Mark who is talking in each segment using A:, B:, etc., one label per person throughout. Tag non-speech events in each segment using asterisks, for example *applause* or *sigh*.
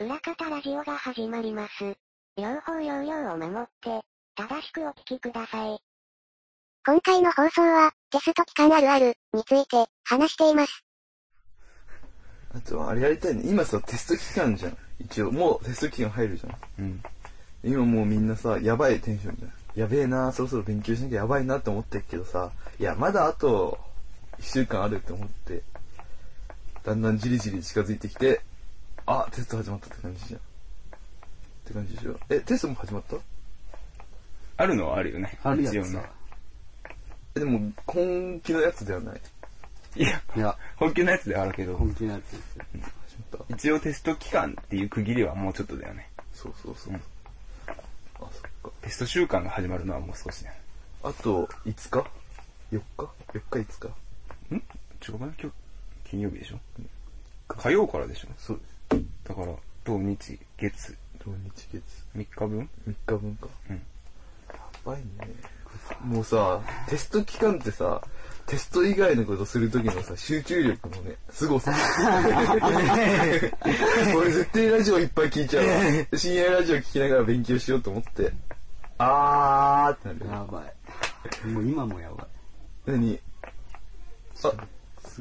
A: 裏方ラジオが始まります。両方要領を守って、正しくお聞きください。
B: 今回の放送は、テスト期間あるあるについて話しています。
C: あと、あれやりたいね。今さ、テスト期間じゃん。一応、もうテスト期間入るじゃん。
D: うん。
C: 今もうみんなさ、やばいテンションじゃん。やべえな、そろそろ勉強しなきゃやばいなって思ってるけどさ、いや、まだあと、一週間あるって思って、だんだんじりじり近づいてきて、あ、テスト始まったって感じじゃん。って感じでしょ。え、テストも始まった
D: あるのはあるよね。
E: あるやつ
D: 一応ね
C: え、でも、今期のやつではない。
D: いや、
E: いや、
D: 本気のやつではあるけど、
E: 本気のやつですよ。
C: 始まった
D: 一応テスト期間っていう区切りはもうちょっとだよね。
C: そうそうそう。
D: うん
C: あ、そっか。
D: テスト週間が始まるのはもう少しだよね。
C: あと、5日 ?4 日 ?4 日5日
D: ん違うかな今日、金曜日でしょ火曜からでしょ
C: そうです。
D: だから、土日、月、
C: 土日月
D: 3日分
C: 3日分か
D: うん
C: やばいねもうさテスト期間ってさテスト以外のことする時のさ集中力のねすご *laughs* さ俺絶対ラジオいっぱい聞いちゃう *laughs* わ深夜ラジオ聞きながら勉強しようと思ってあーってなる
E: やばい。もう今もやばい。
C: 何あ
E: す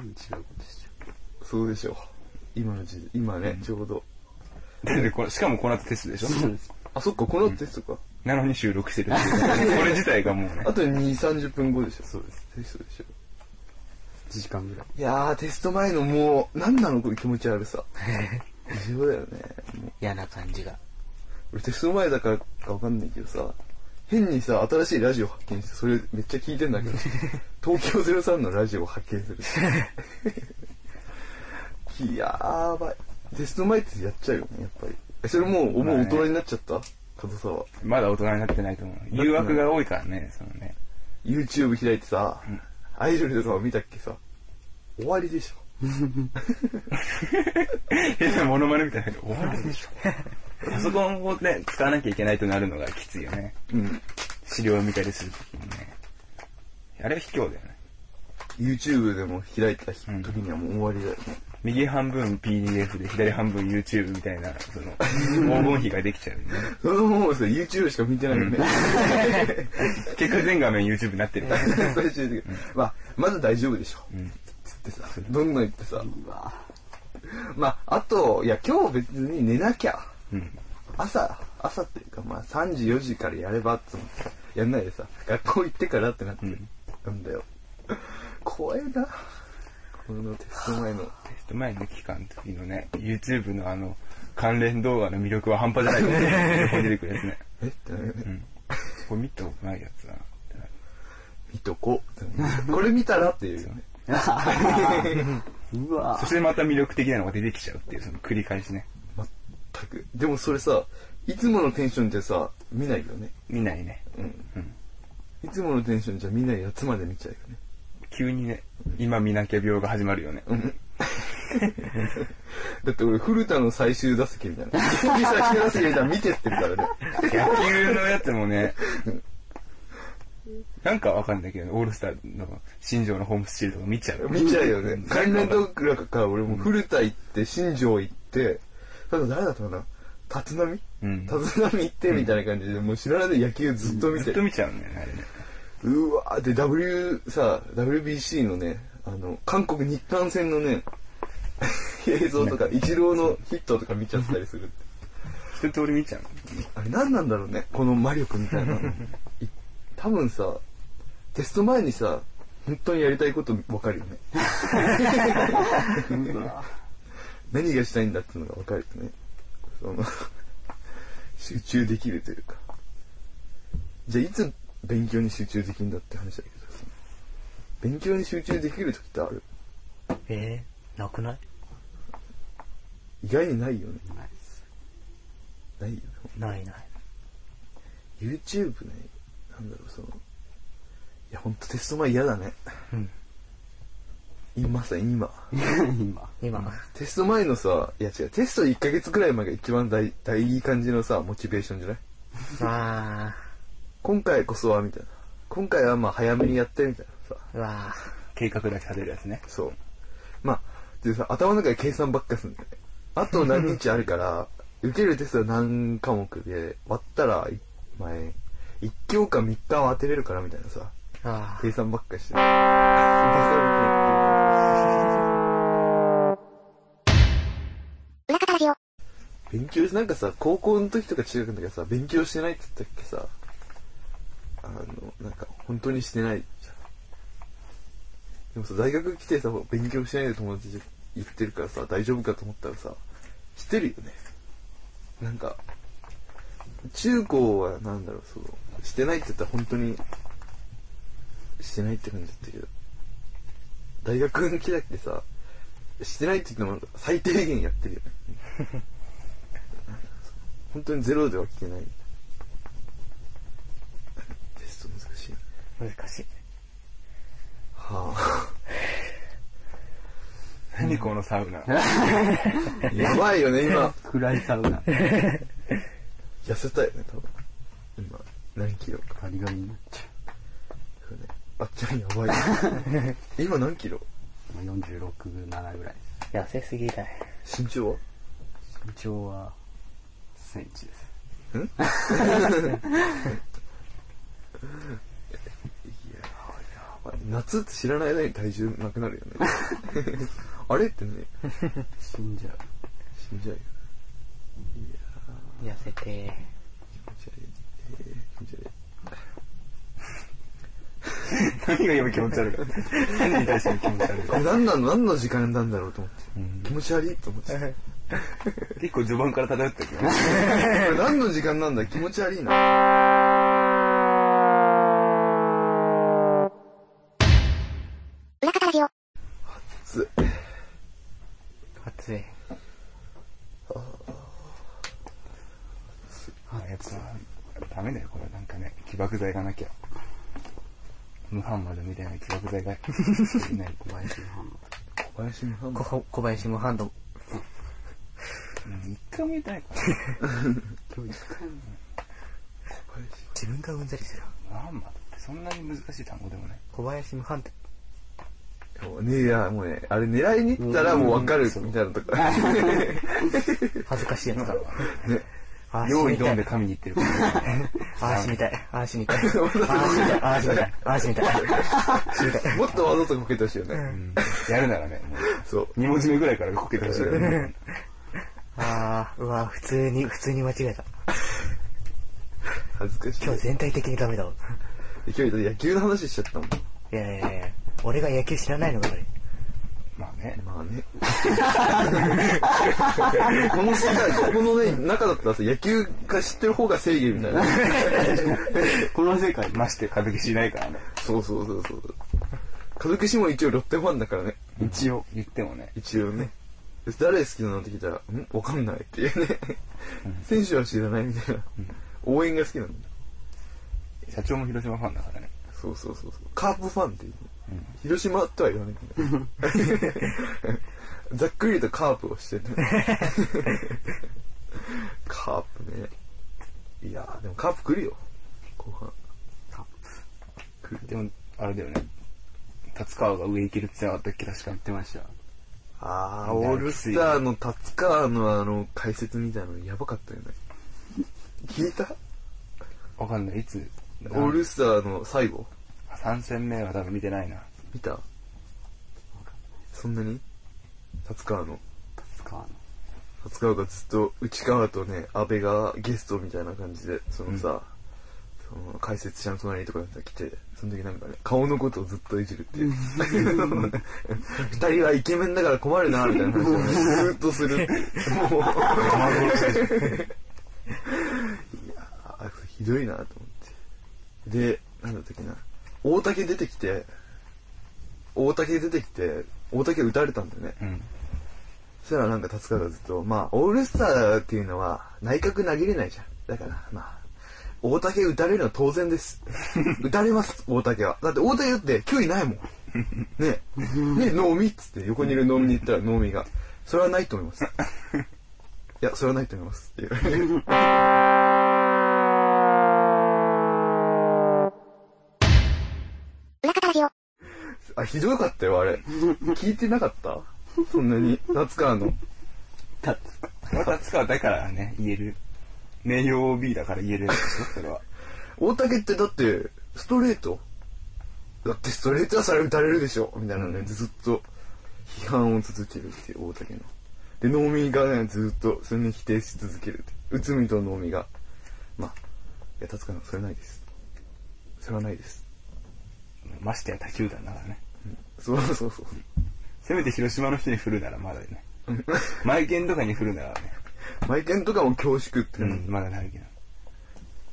E: ぐ違うことしちゃ
C: そうでしょ今の時代今ね、ちょうど
D: だってこれ、しかもこの後テストでしょ
E: う。そうです。
C: あそっかこのテストか、
D: なのに収録してるっていう。これ自体がもうね
C: あ。と2 3 0分後でしょそうですテストでしょ
E: 1時間ぐらい。
C: いやー、テスト前のもう、なんなのこれ気持ち悪 *laughs* さ。異常だよね。もう
F: 嫌な感じが。
C: 俺テスト前だからかわかんないけどさ、変にさ、新しいラジオ発見して、それめっちゃ聞いてんだけ *laughs* ど、東京03のラジオを発見す *laughs* る。いやーやばい。テスト前ってやっちゃうよね、やっぱり。えそれもう、も
D: まあ
C: う
D: ね
C: 大人になっちゃった門沢。
D: まだ大人になってないと思う。誘惑が多いからね、そのね。 *laughs*
C: YouTube 開いてさ、アイドルとかを見たっけさ、終わりでしょ。
D: 変なモノマネみたいなけど、終わるで
E: *laughs*
D: しょ。パソコンをね、使わなきゃいけないとなるのがきついよね。
C: うん。
D: 資料を見たりするときにね。あれは卑怯だよね。
C: YouTube でも開いた時にはもう終わりだよね。
D: 右半分 PDF で左半分 YouTube みたいな、その、黄金比ができちゃうよね。
C: そのもうさ、YouTube しか見てないよね。
D: 結果全画面 YouTube になってるから。
C: 最終的に。まあ、まず大丈夫でしょ。
D: うん。
C: つってさ、どんどん言ってさ。
E: うわ
C: まあ、あと、いや、今日別に寝なきゃ。
D: うん。
C: 朝、朝っていうか、まあ、3時、4時からやればって思って、やんないでさ、学校行ってからってなって
D: うん。
C: なんだよ。怖えな。このテスト前の。
D: テスト前の期間の時のね、YouTube のあの、関連動画の魅力は半端じゃないと思う。横に出てくるやつね。
C: えってなるよね
D: うん。これ見たことないやつだな。
C: 見とこうってなる。これ見たらっていうよね。
E: うわ
D: そしてまた魅力的なのが出てきちゃうっていう、その繰り返しね。
C: 全く。でもそれさ、いつものテンションでさ、見ないよね。
D: 見ないね。
C: うん。
D: うん。
C: いつものテンションじゃ見ないやつまで見ちゃうよね。
D: 急にね、今見なきゃ病が始まるよね。
C: だって俺、古田の最終打席みたいな。一時最終打席みたいな見てってるからね。
D: 野球のやつもね、なんかわかんないけどね、オールスターの新庄のホームスチールとか見ちゃう。
C: 見ちゃうよね。関連
D: 動
C: 動画から俺も古田行って、新庄行って、ただ誰だったかな立浪
D: うん
C: 立浪行ってみたいな感じで、もう知らないで野球ずっと見
D: ず
C: て
D: っと。見ちゃうんだよね、あれね。
C: うわーで、W、さ、WBC のね、あの、韓国日韓戦のね、 *laughs* 映像とか、イチローのヒットとか見ちゃったりするって。
D: 一通り見ちゃう。
C: あれ何なんだろうねこの魔力みたいなのい多分さテスト前にさ本当にやりたいこと分かるよね何がしたいんだっていうのが分かるよねその集中できるというかじゃあいつ勉強に集中できるんだって話だけどさ勉強に集中できる時ってある
F: えー、なくない
C: 意外にないよね
E: な
C: な
E: い
C: いよね
F: ないない。
C: YouTube ね、なんだろう、その、いや、ほんとテスト前嫌だね。
F: うん。
C: 今さ、今。
E: 今。
F: 今、
C: テスト前のさ、いや違う、テスト1ヶ月くらい前が一番大、大いい感じのさ、モチベーションじゃない
F: わ
C: 今回こそは、みたいな。今回はまあ早めにやって、みたいなさ。
F: ー、うわ
D: 計画だけ立てるやつね。
C: そう。
F: *laughs*
C: まあ、でさ、頭の中で計算ばっかすんだよね。あと何日あるから、受けるテストは何科目で、割ったら、い前、1教科3日は当てれるからみたいなさ、
F: あ
C: 計算ばっかり
F: *laughs*
C: して。勉
B: 裏方ラジオ。
C: 強し、なんかさ、高校の時とか中学の時はさ、勉強してないって言ったっけさ、あの、なんか、本当にしてないじゃん。でもさ、大学来てさ、勉強してないで友達じゃ言ってるからさ、大丈夫かと思ったらさ、してるよね。なんか、中高はなんだろう、その、してないって言ったら本当に、してないって感じだったけど、大学の来だってさ、してないって言っても最低限やってるよね。本当にゼロでは来てない。テスト難しい。
F: あ、難しい。
C: はあ
D: 何このサウナ。
C: *laughs* やばいよね、今。
E: 暗いサウナ。
C: 痩せたよね、多分。今、何キロか。
E: ガリガリになっちゃ
C: そうねあっちゃんやば *laughs* いよ。今何キロ
E: う。まあ、46、7ぐらいです。
F: 痩せすぎだよ。
C: 身長は
E: 身長は、センチです。
C: あ夏って知らない間に体重なくなるよ *laughs* ね。あれってね、
E: 死んじゃう。
C: 死んじゃう *laughs* よ。
F: 痩せて。
C: 気持ち悪い。えー気持ち悪い。
D: 何が今気持ち悪いか。何に対しても気持ち悪い
C: こ
D: か。
C: れ何なの何の時間なんだろうと思って。気持ち悪いと *laughs* 思って。こ
D: 結構序盤から漂ってたけどね。
C: れ何の時間なんだ気持ち悪いな。
B: 裏方ラジオ。
C: つ
F: 暑い。
D: あやっぱ、ダメだよ、これ。なんかね、起爆剤がなきゃ。ムハンマドみたいな起爆
C: *laughs*
D: 剤が足りない。
E: 小林のハンマ
C: 小林のハンマー
F: こ小林もハンド、
D: うん一回も言ってないから。
E: ー。今日一回も
C: 小林
F: 自分がうんざりする。
D: ムハンマドってそんなに難しい単語でもない。
F: 小林もハンド。
C: ねいや、もうね、あれ狙いに行ったらもうわかるみたいなとか。
F: 恥ずかしいやつだ。
C: ね
F: ああ、死
D: 用意
F: に
D: ド
F: た
D: ンで
F: い。
D: 神に言ってるから。
F: ああ、死にたい。ああ、死にたい。
D: *laughs*
F: ああ、死にたい。ああ、死にたい。死に
C: *laughs*
F: たい。
C: もっとわざとかけてほしいよ
D: う
C: ね。
D: んやるならね、も
C: そう。
D: う、2文字目ぐらいからこけてほしいよね。
F: ああ、うわ、普通に、普通に間違えた。
C: 恥ずかしい。
F: 今日全体的にダメだわ。
C: 今日野球の話しちゃったもん。
F: いやいやいや、俺が野球知らないのが悪い。
D: まあね。
C: まあ *laughs* ね。この世界、ここのね、中だったらさ、野球が知ってる方が正義みたいな。 *laughs*
E: この世界、
D: まして、歌舞伎しないからね。
C: そうそうそうそう。家族氏も一応ロッテファンだからね。
D: 一応。言ってもね。
C: 一応ね。誰好きなのって聞いたら、んわかんないっていうね。選手は知らないみたいな。応援が好きなんだ。
D: 社長も広島ファンだからね。
C: そうそうそうそう。カープファンっていう、広島とは言わないけど。 *laughs* ざっくりとカープを *laughs* してる。カープね。いやー、でもカープ来るよ。後半。
D: でも、あれだよね。達川が上行けるってなかったっけ、確か
E: 言っ。てました。
C: あー、オールスターの達川のあの、解説みたいなのやばかったよね。 *laughs* 聞いた
D: わかんない。いつ
C: オールスターの最後
D: 3戦目は多分見てないな。
C: 見たそんなに達川の。
E: 使わない。
C: 初川がずっと内川とね阿部がゲストみたいな感じでそのさ、その解説者の隣とかにさ来てその時なんかね顔のことをずっといじるっていう *laughs* 二人はイケメンだから困るなみたいな話をねずーっとするも *laughs* ういやーひどいなと思ってでなんだったっけな大竹出てきて大竹出てきて大竹打たれたんだよね
D: うん。
C: そしたらなんか達川がずっと、まあ、オールスターっていうのは内角投げれないじゃん。だから、まあ、大竹打たれるのは当然
D: *laughs*
C: です。打たれます、大竹は。だって大竹だって球威ないもん。ねえ。ねえ、能見っつって横にいる能見に言ったら能見が、それはないと思います。いや、それはないと思います。っていう。
B: 裏方ラジオ。
C: あ、ひどかったよ、あれ。聞いてなかったそんなに、夏川の。
E: 達川。
D: また使うだからね、言える。名誉 OB だから言えるやつですよ、それは。
C: 大竹ってだって、ストレートだってストレートはそれ打たれるでしょみたいなね、ずっと批判を続けるっていう大竹の。で、能見がね、ずっとそれに否定し続けるって。内海と能見が。まあ、いや、達川のそれないです。それはないです。
D: ましてや他球団だからね。
C: そうそうそう。
D: せめて広島の人に振るならまだ *laughs* ね。マイケンとかに振るならね。
C: マイケンとかも恐縮って、
D: うん、まだなるけど。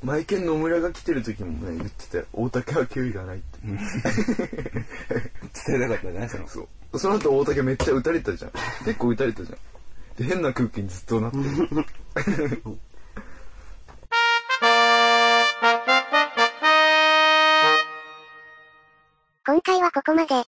C: マイケン野村が来てる時もね、言ってて、大竹は球威がないって。 *laughs*
D: 伝えたかったじゃないその。
C: そう。その後大竹めっちゃ打たれたじゃん。結構打たれたじゃん。で、変な空気にずっとなってる。
B: 今回はここまで。